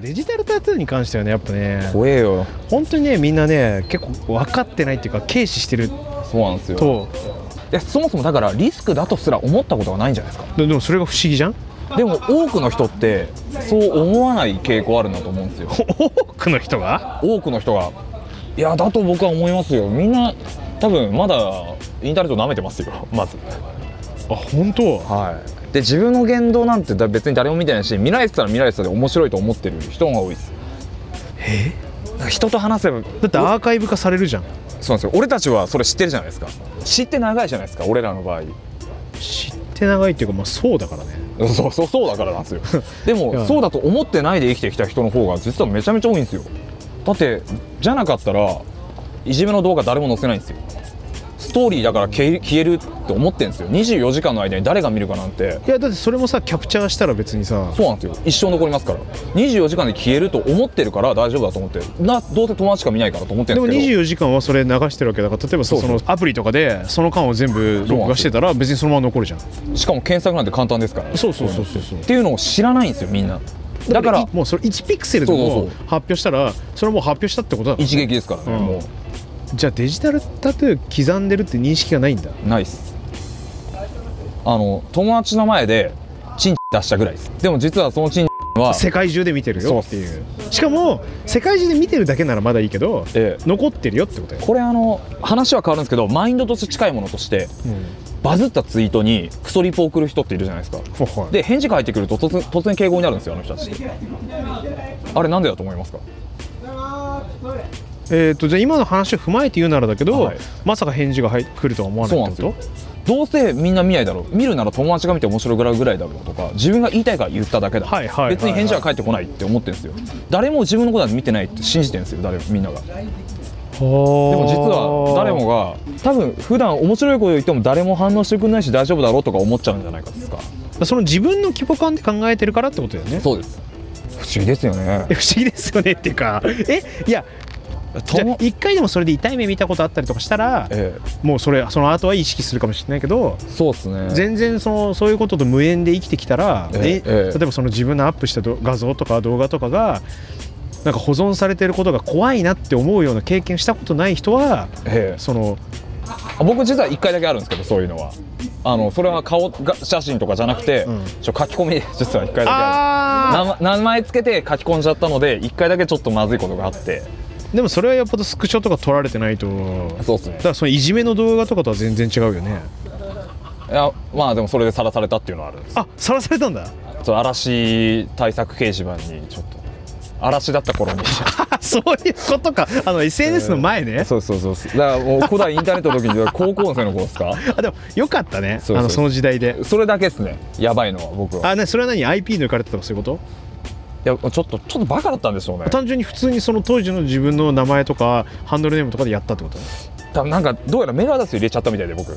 デジタルタトゥーに関してはねやっぱね怖えよ本当にねみんなね結構分かってないっていうか軽視してるそうなんですよといやそもそもだからリスクだとすら思ったことがないんじゃないですででもそれが不思議じゃんかでも多くの人ってそう思わない傾向あるんだと思うんですよ 多くの人が多くの人がいやだと僕は思いますよみんな多分まだインターネット舐めてますよまずあ本当はいで自分の言動なんてだ別に誰も見てないし見られてたら見られてたで面白いと思ってる人が多いですえ人と話せばだってアーカイブ化されるじゃんそうなんですよ俺たちはそれ知ってるじゃないですか知って長いじゃないですか俺らの場合知って長いっていうかまあそうだからね そうそうそうだからなんですよ でいやもそうだと思ってないで生きてきた人の方が実はめちゃめちゃ多いんですよだってじゃなかったらいじめの動画誰も載せないんですよストーリーだから消え消えるって思ってるんですよ24時間の間に誰が見るかなんていやだってそれもさキャプチャーしたら別にさそうなんですよ一生残りますから24時間で消えると思ってるから大丈夫だと思ってなどうせ友達しか見ないからと思ってでるんもですけど24時間はそれ流してるわけだから例えばさそうそそのうアプリとかでその間を全部録画してたら別にそのまま残るじゃんしかも検索なんて簡単ですからそうそうそうそうそうっていうのを知らないんですよみんなだからもうそれ1ピクセルでそうもそうそう発表したらそれはもう発表したってことだから一撃ですからね、うんもじゃあデジタルタトゥー刻んでるって認識がないんだうないっすあの友達の前でチン出したぐらいですでも実はそのチンは世界中で見てるよっていうしかも世界中で見てるだけならまだいいけど、ええ残ってるよってことよ、これあの話は変わるんですけどマインドとして近いものとしてバズったツイートにクソリプを送る人っているじゃないですかほいで返事が入ってくると突然突然敬語になるんですよあの人たちあれなんでだと思いますかえー、とじゃあ今の話を踏まえて言うならだけど、はいまさか返事が入来るとは思わなそういっなんてでこすとよどうせみんな見ないだろう見るなら友達が見て面白がるぐらいだろうとか自分が言いたいから言っただけだ、はいはいはいはい別に返事は返ってこないって思ってるんですよ誰も自分のことなんて見てないって信じてるんですよ誰もみんながででもも実は誰もが多分普段面白いこと言っても誰も反応してくれないし大丈夫だろうとか思っちゃうんじゃないかですかがその自分の規模感で考えてるからってことだよねそうです不思議ですよねえ不思議ですよねっていうかえいやじゃあ友一回でもそれで痛い目見たことあったりとかしたらえもうそれその後は意識するかもしれないけどえそうですね全然そのそういうことと無縁で生きてきたら、えでえええ例えばその自分のアップしたど画像とか動画とかがなんか保存されてることが怖いなって思うような経験したことない人はええその僕実は1回だけあるんですけどそういうのはあのそれは顔が写真とかじゃなくて、うんちょ書き込みで実は1回だけあある名前名前つけて書き込んじゃったので1回だけちょっとまずいことがあってでもそれはやっぱりスクショとか撮られてないとだそうですねからそのいじめの動画とかとは全然違うよねいやまあでもそれでさらされたっていうのはあるんですあさらされたんだちょっと嵐対策掲示板にちょっと嵐だった頃に そういうことかあの SNS の前ね、 そうそうそうそうだからもう古代インターネットの時に高校生の頃ですかあでもよかったねそうそうあのその時代でそれだけですねやばいのは僕はあねそれは何 IP 抜かれてたとかそういうこといやちょっとちょっとバカだったんでしょうね単純に普通にその当時の自分の名前とかハンドルネームとかでやったってこと多分なんかどうやらメールアドレス入れちゃったみたいで 僕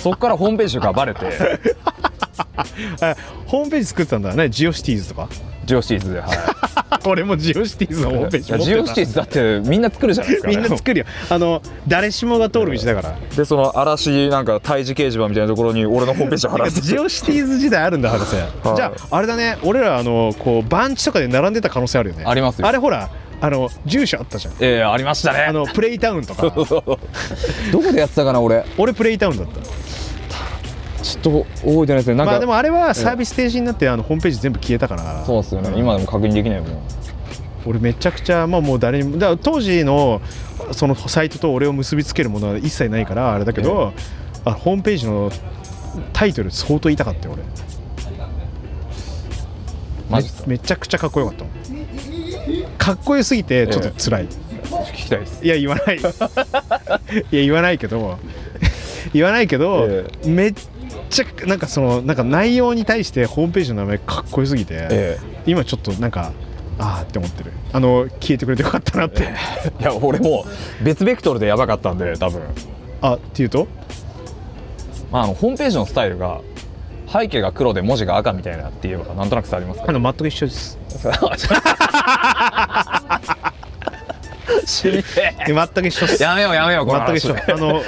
そっからホームページがバレてあホームページ作ってたんだねジオシティーズとか ジオシーズで、はい、俺もジオシティーズのホームページ持ってたいやジオシーズだってみんな作るじゃないですか、みんな作るよあの誰しもが通る道だからでその嵐なんか退治掲示板みたいなところに俺のホームページを貼らせジてオシティーズ時代あるんだ博士、いじゃああれだね俺らあのこうバンチとかで並んでた可能性あるよねありますよあれほらあの住所あったじゃん ええありましたね あのプレイタウンとか どこでやってたかな俺俺プレイタウンだったちょっと覚えてないですねなんか、まあでもあれはサービス停止になってあのホームページ全部消えたからそうですよね今でも確認できないもん俺めちゃくちゃまあもう誰にもだから当時のそのサイトと俺を結びつけるものは一切ないからあれだけど、あホームページのタイトル相当痛かったよ俺マジっすかめめちゃくちゃかっこよかったもんかっこよすぎてちょっと辛い、聞きたいです いや言わない いや言わないけど 言わないけど、えめっちゃなんかそのなんか内容に対してホームページの名前かっこよすぎて、え今ちょっとなんかああって思ってるあの消えてくれてよかったなって、いや俺も別ベクトルでやばかったんで多分あっていうとまあ、あのホームページのスタイルが背景が黒で文字が赤みたいなって言えばなんとなく伝わります あの全く一緒です。か知りて全く一緒です。えやめようやめようこの全く一話緒。あの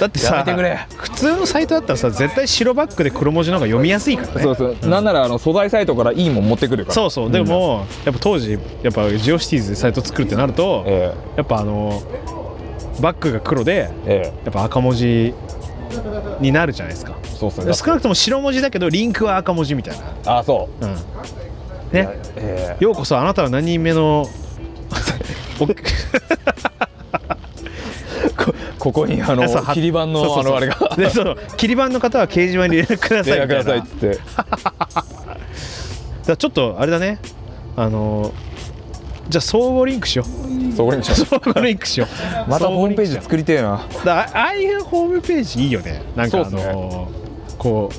だってさやめてくれ普通のサイトだったらさ絶対白バックで黒文字の方が読みやすいからねそうそう、なんならあの素材サイトからいいもん持ってくるからそうそうでも、やっぱ当時やっぱジオシティーズでサイト作るってなると、えやっぱあのバックが黒でええやっぱ赤文字になるじゃないですかえそうっすね少なくとも白文字だけどリンクは赤文字みたいな、あそうんうねえようこそあなたは何人目 のおえここにあのそう切りそ板うのそあうそうのあれが でそう切り板の方は掲示板に連絡ください連み 絡くただいなさいっつってだからちょっとあれだねあのじゃあ相互リンクしよそこにしう まし相互リンクしようたまたホームページ作りてえなだからあああいうホームページいいよねなんかあそうっすのこう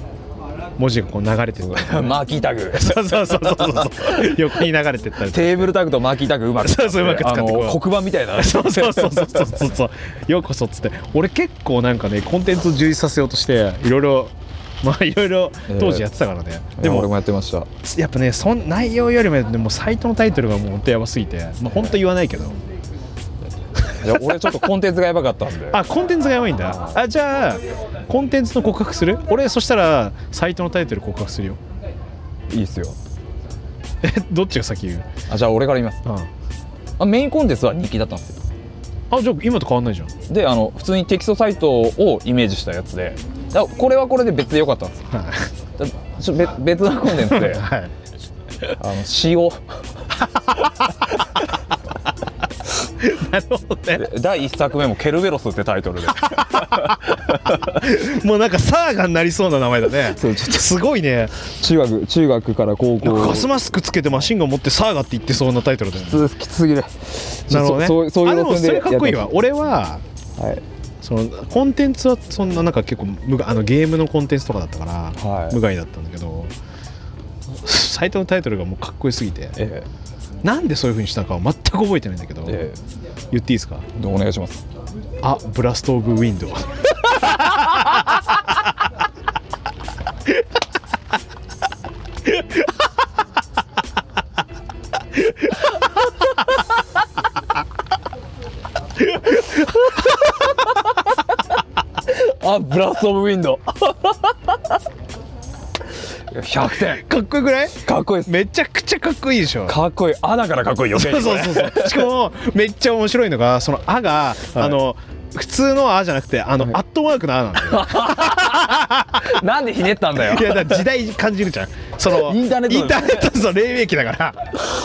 文字がこう流れてる マーキータグそうそうそうそうそう横に流れてったりとかテーブルタグとマーキータグうまく使ってそうそううまく使ってあこうの黒板みたいなそうそうそうそうそうそうそうようこそっつって俺結構なんかねコンテンツを充実させようとしていろいろまあいろいろ当時やってたからね、 ででも俺ももやってましたやっぱねそん内容よりもでもサイトのタイトルがもうほんとやばすぎてまあ本当言わないけどいや俺ちょっとコンテンツがやばかったんであコンテンツがやばいんだあじゃあコンテンツの告白する俺そしたらサイトのタイトル告白するよいいっすよえどっちが先言うあじゃあ俺から言いますああメインコンテンツは人気だったんですよあじゃあ今と変わんないじゃんであの普通にテキストサイトをイメージしたやつでだこれはこれで別で良かったんですよはだちょべ別のコンテンツい、ではい、あの詩をなるほどね第1作目も「ケルベロス」ってタイトルでもうなんかサーガになりそうな名前だねそうちょっすごいね中学中学から高校ガスマスクつけてマシンガン持ってサーガって言ってそうなタイトルだよねきつきつすぎるなるほどねそうそういうあでも路線でそれかっこいいわや俺はたはいそのコンテンツはそんななんか結構無あのゲームのコンテンツとかだったから、はい無害だったんだけどサイトのタイトルがもうかっこよすぎてえなんでそういうふうにしたのかは全く覚えてないんだけど、ええ言っていいですかえでお願いしますあブラスト・オブ・ウィン ドウあブラスト・オブ・ウィンド 100点かっこよくないかっこいいですめちゃくちゃかっこいいでしょかっこいいあだからかっこいいよそうそうそう そうしかもめっちゃ面白いのがその「あ」が、あの普通の「あ」じゃなくてあの、アットワークの「あ」なんだよ なんでひねったんだよいや だから時代感じるじゃんそのインターネットインターネットの黎明期だか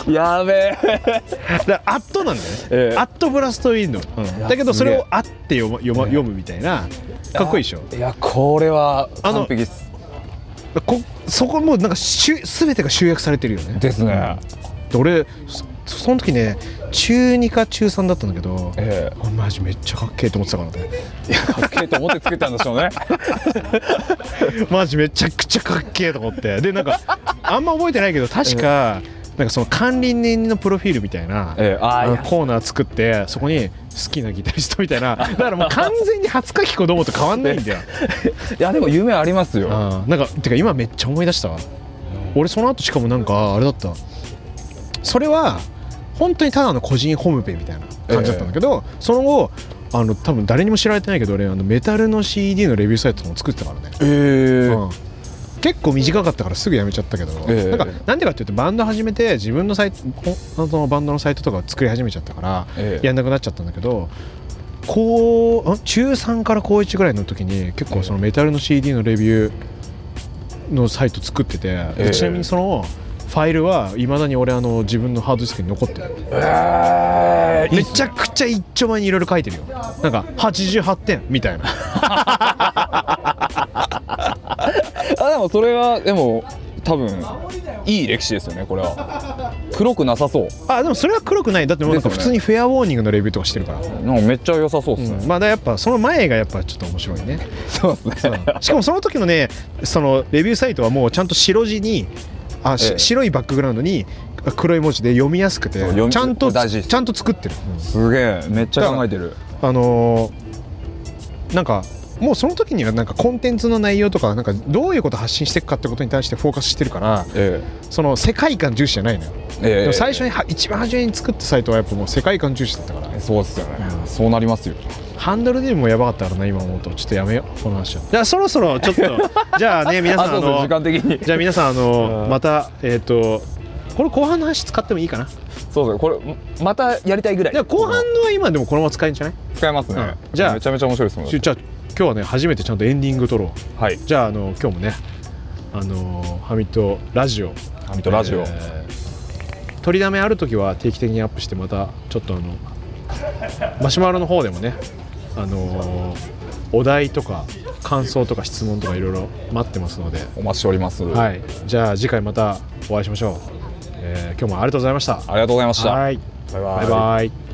らやべえだからアットなんだよね、ええアットブラストウィンドウ、やだけどすそげえれを「あ」って読む読,、ま、読むみたいなかっこいいでしょいやこれはあの完璧っすこそこもうなんかしゅ全てが集約されてるよねですねで俺そその時ね中2か中3だったんだけど、ええあマジめっちゃかっけえと思ってたからねいやかっけえと思って作ったんで しょうねマジめちゃくちゃかっけえと思ってでなん かあんま覚えてないけど確か、なんかその管理人のプロフィールみたいな、ええあーあいのやコーナー作ってそこに好きなギタリストみたいなだからもう完全に初書き子供と変わんないんだよ、いやでも夢ありますようん、なんかてか今めっちゃ思い出したわ俺その後しかもなんかあれだったそれは本当にただの個人ホームページみたいな感じだったんだけど、その後あの多分誰にも知られてないけど俺あのメタルの CD のレビューサイトも作ってたからねええうん結構短かったからすぐやめちゃったけど、ええなんかなんでかっていうとバンド始めて自分のサイトほんそのバンドのサイトとかを作り始めちゃったから、ええやんなくなっちゃったんだけど高ん中3から高1ぐらいの時に結構そのメタルの CD のレビューのサイト作ってて、でええちなみにそのファイルはいまだに俺あの自分のハードディスクに残ってるええめちゃくちゃ一丁前にいろいろ書いてるよなんか88点みたいなあでもそれはでも多分いい歴史ですよねこれは黒くなさそうあでもそれは黒くないだってもうなんかで普すよ通ねにフェアウォーニングのレビューとかしてるからなんかめっちゃ良さそうですね、まあだやっぱその前がやっぱちょっと面白いねそうですねしかもその時のねそのレビューサイトはもうちゃんと白地にあ、しええ白いバックグラウンドにあ黒い文字で読みやすくてそう読みちゃんと大事ですちゃんと作ってる、すげえめっちゃ考えてるあのーなんかもうその時にはなんかコンテンツの内容とかなんかどういうことを発信していくかってことに対してフォーカスしてるからえその世界観重視じゃないのよ、ええでえも最初には一番初めに作ったサイトはやっぱもう世界観重視だったからねそうですよね、うんそうなりますよハンドルネームもやばかったからな今思うとちょっとやめようこの話はじゃあそろそろちょっとじゃあね皆 あさんあそうそうの時間的にじゃあ皆さんあのまたえっ、とこれ後半の話使ってもいいかなそうそうこれまたやりたいぐらいじゃあ後半のは今でもこのまま使えるんじゃない使えますうね、んじゃあめちゃめちゃ面白いですもんじゃあ今日はね初めてちゃんとエンディング撮ろうはいじゃああの今日もねあのハミとラジオハミとラジオ、えー取りだめある時は定期的にアップしてまたちょっとあのマシュマロの方でもねあのーお題とか感想とか質問とかいろいろ待ってますので、お待ちしております、はい、じゃあ次回またお会いしましょう、えー今日もありがとうございましたありがとうございましたはいバイバイバイ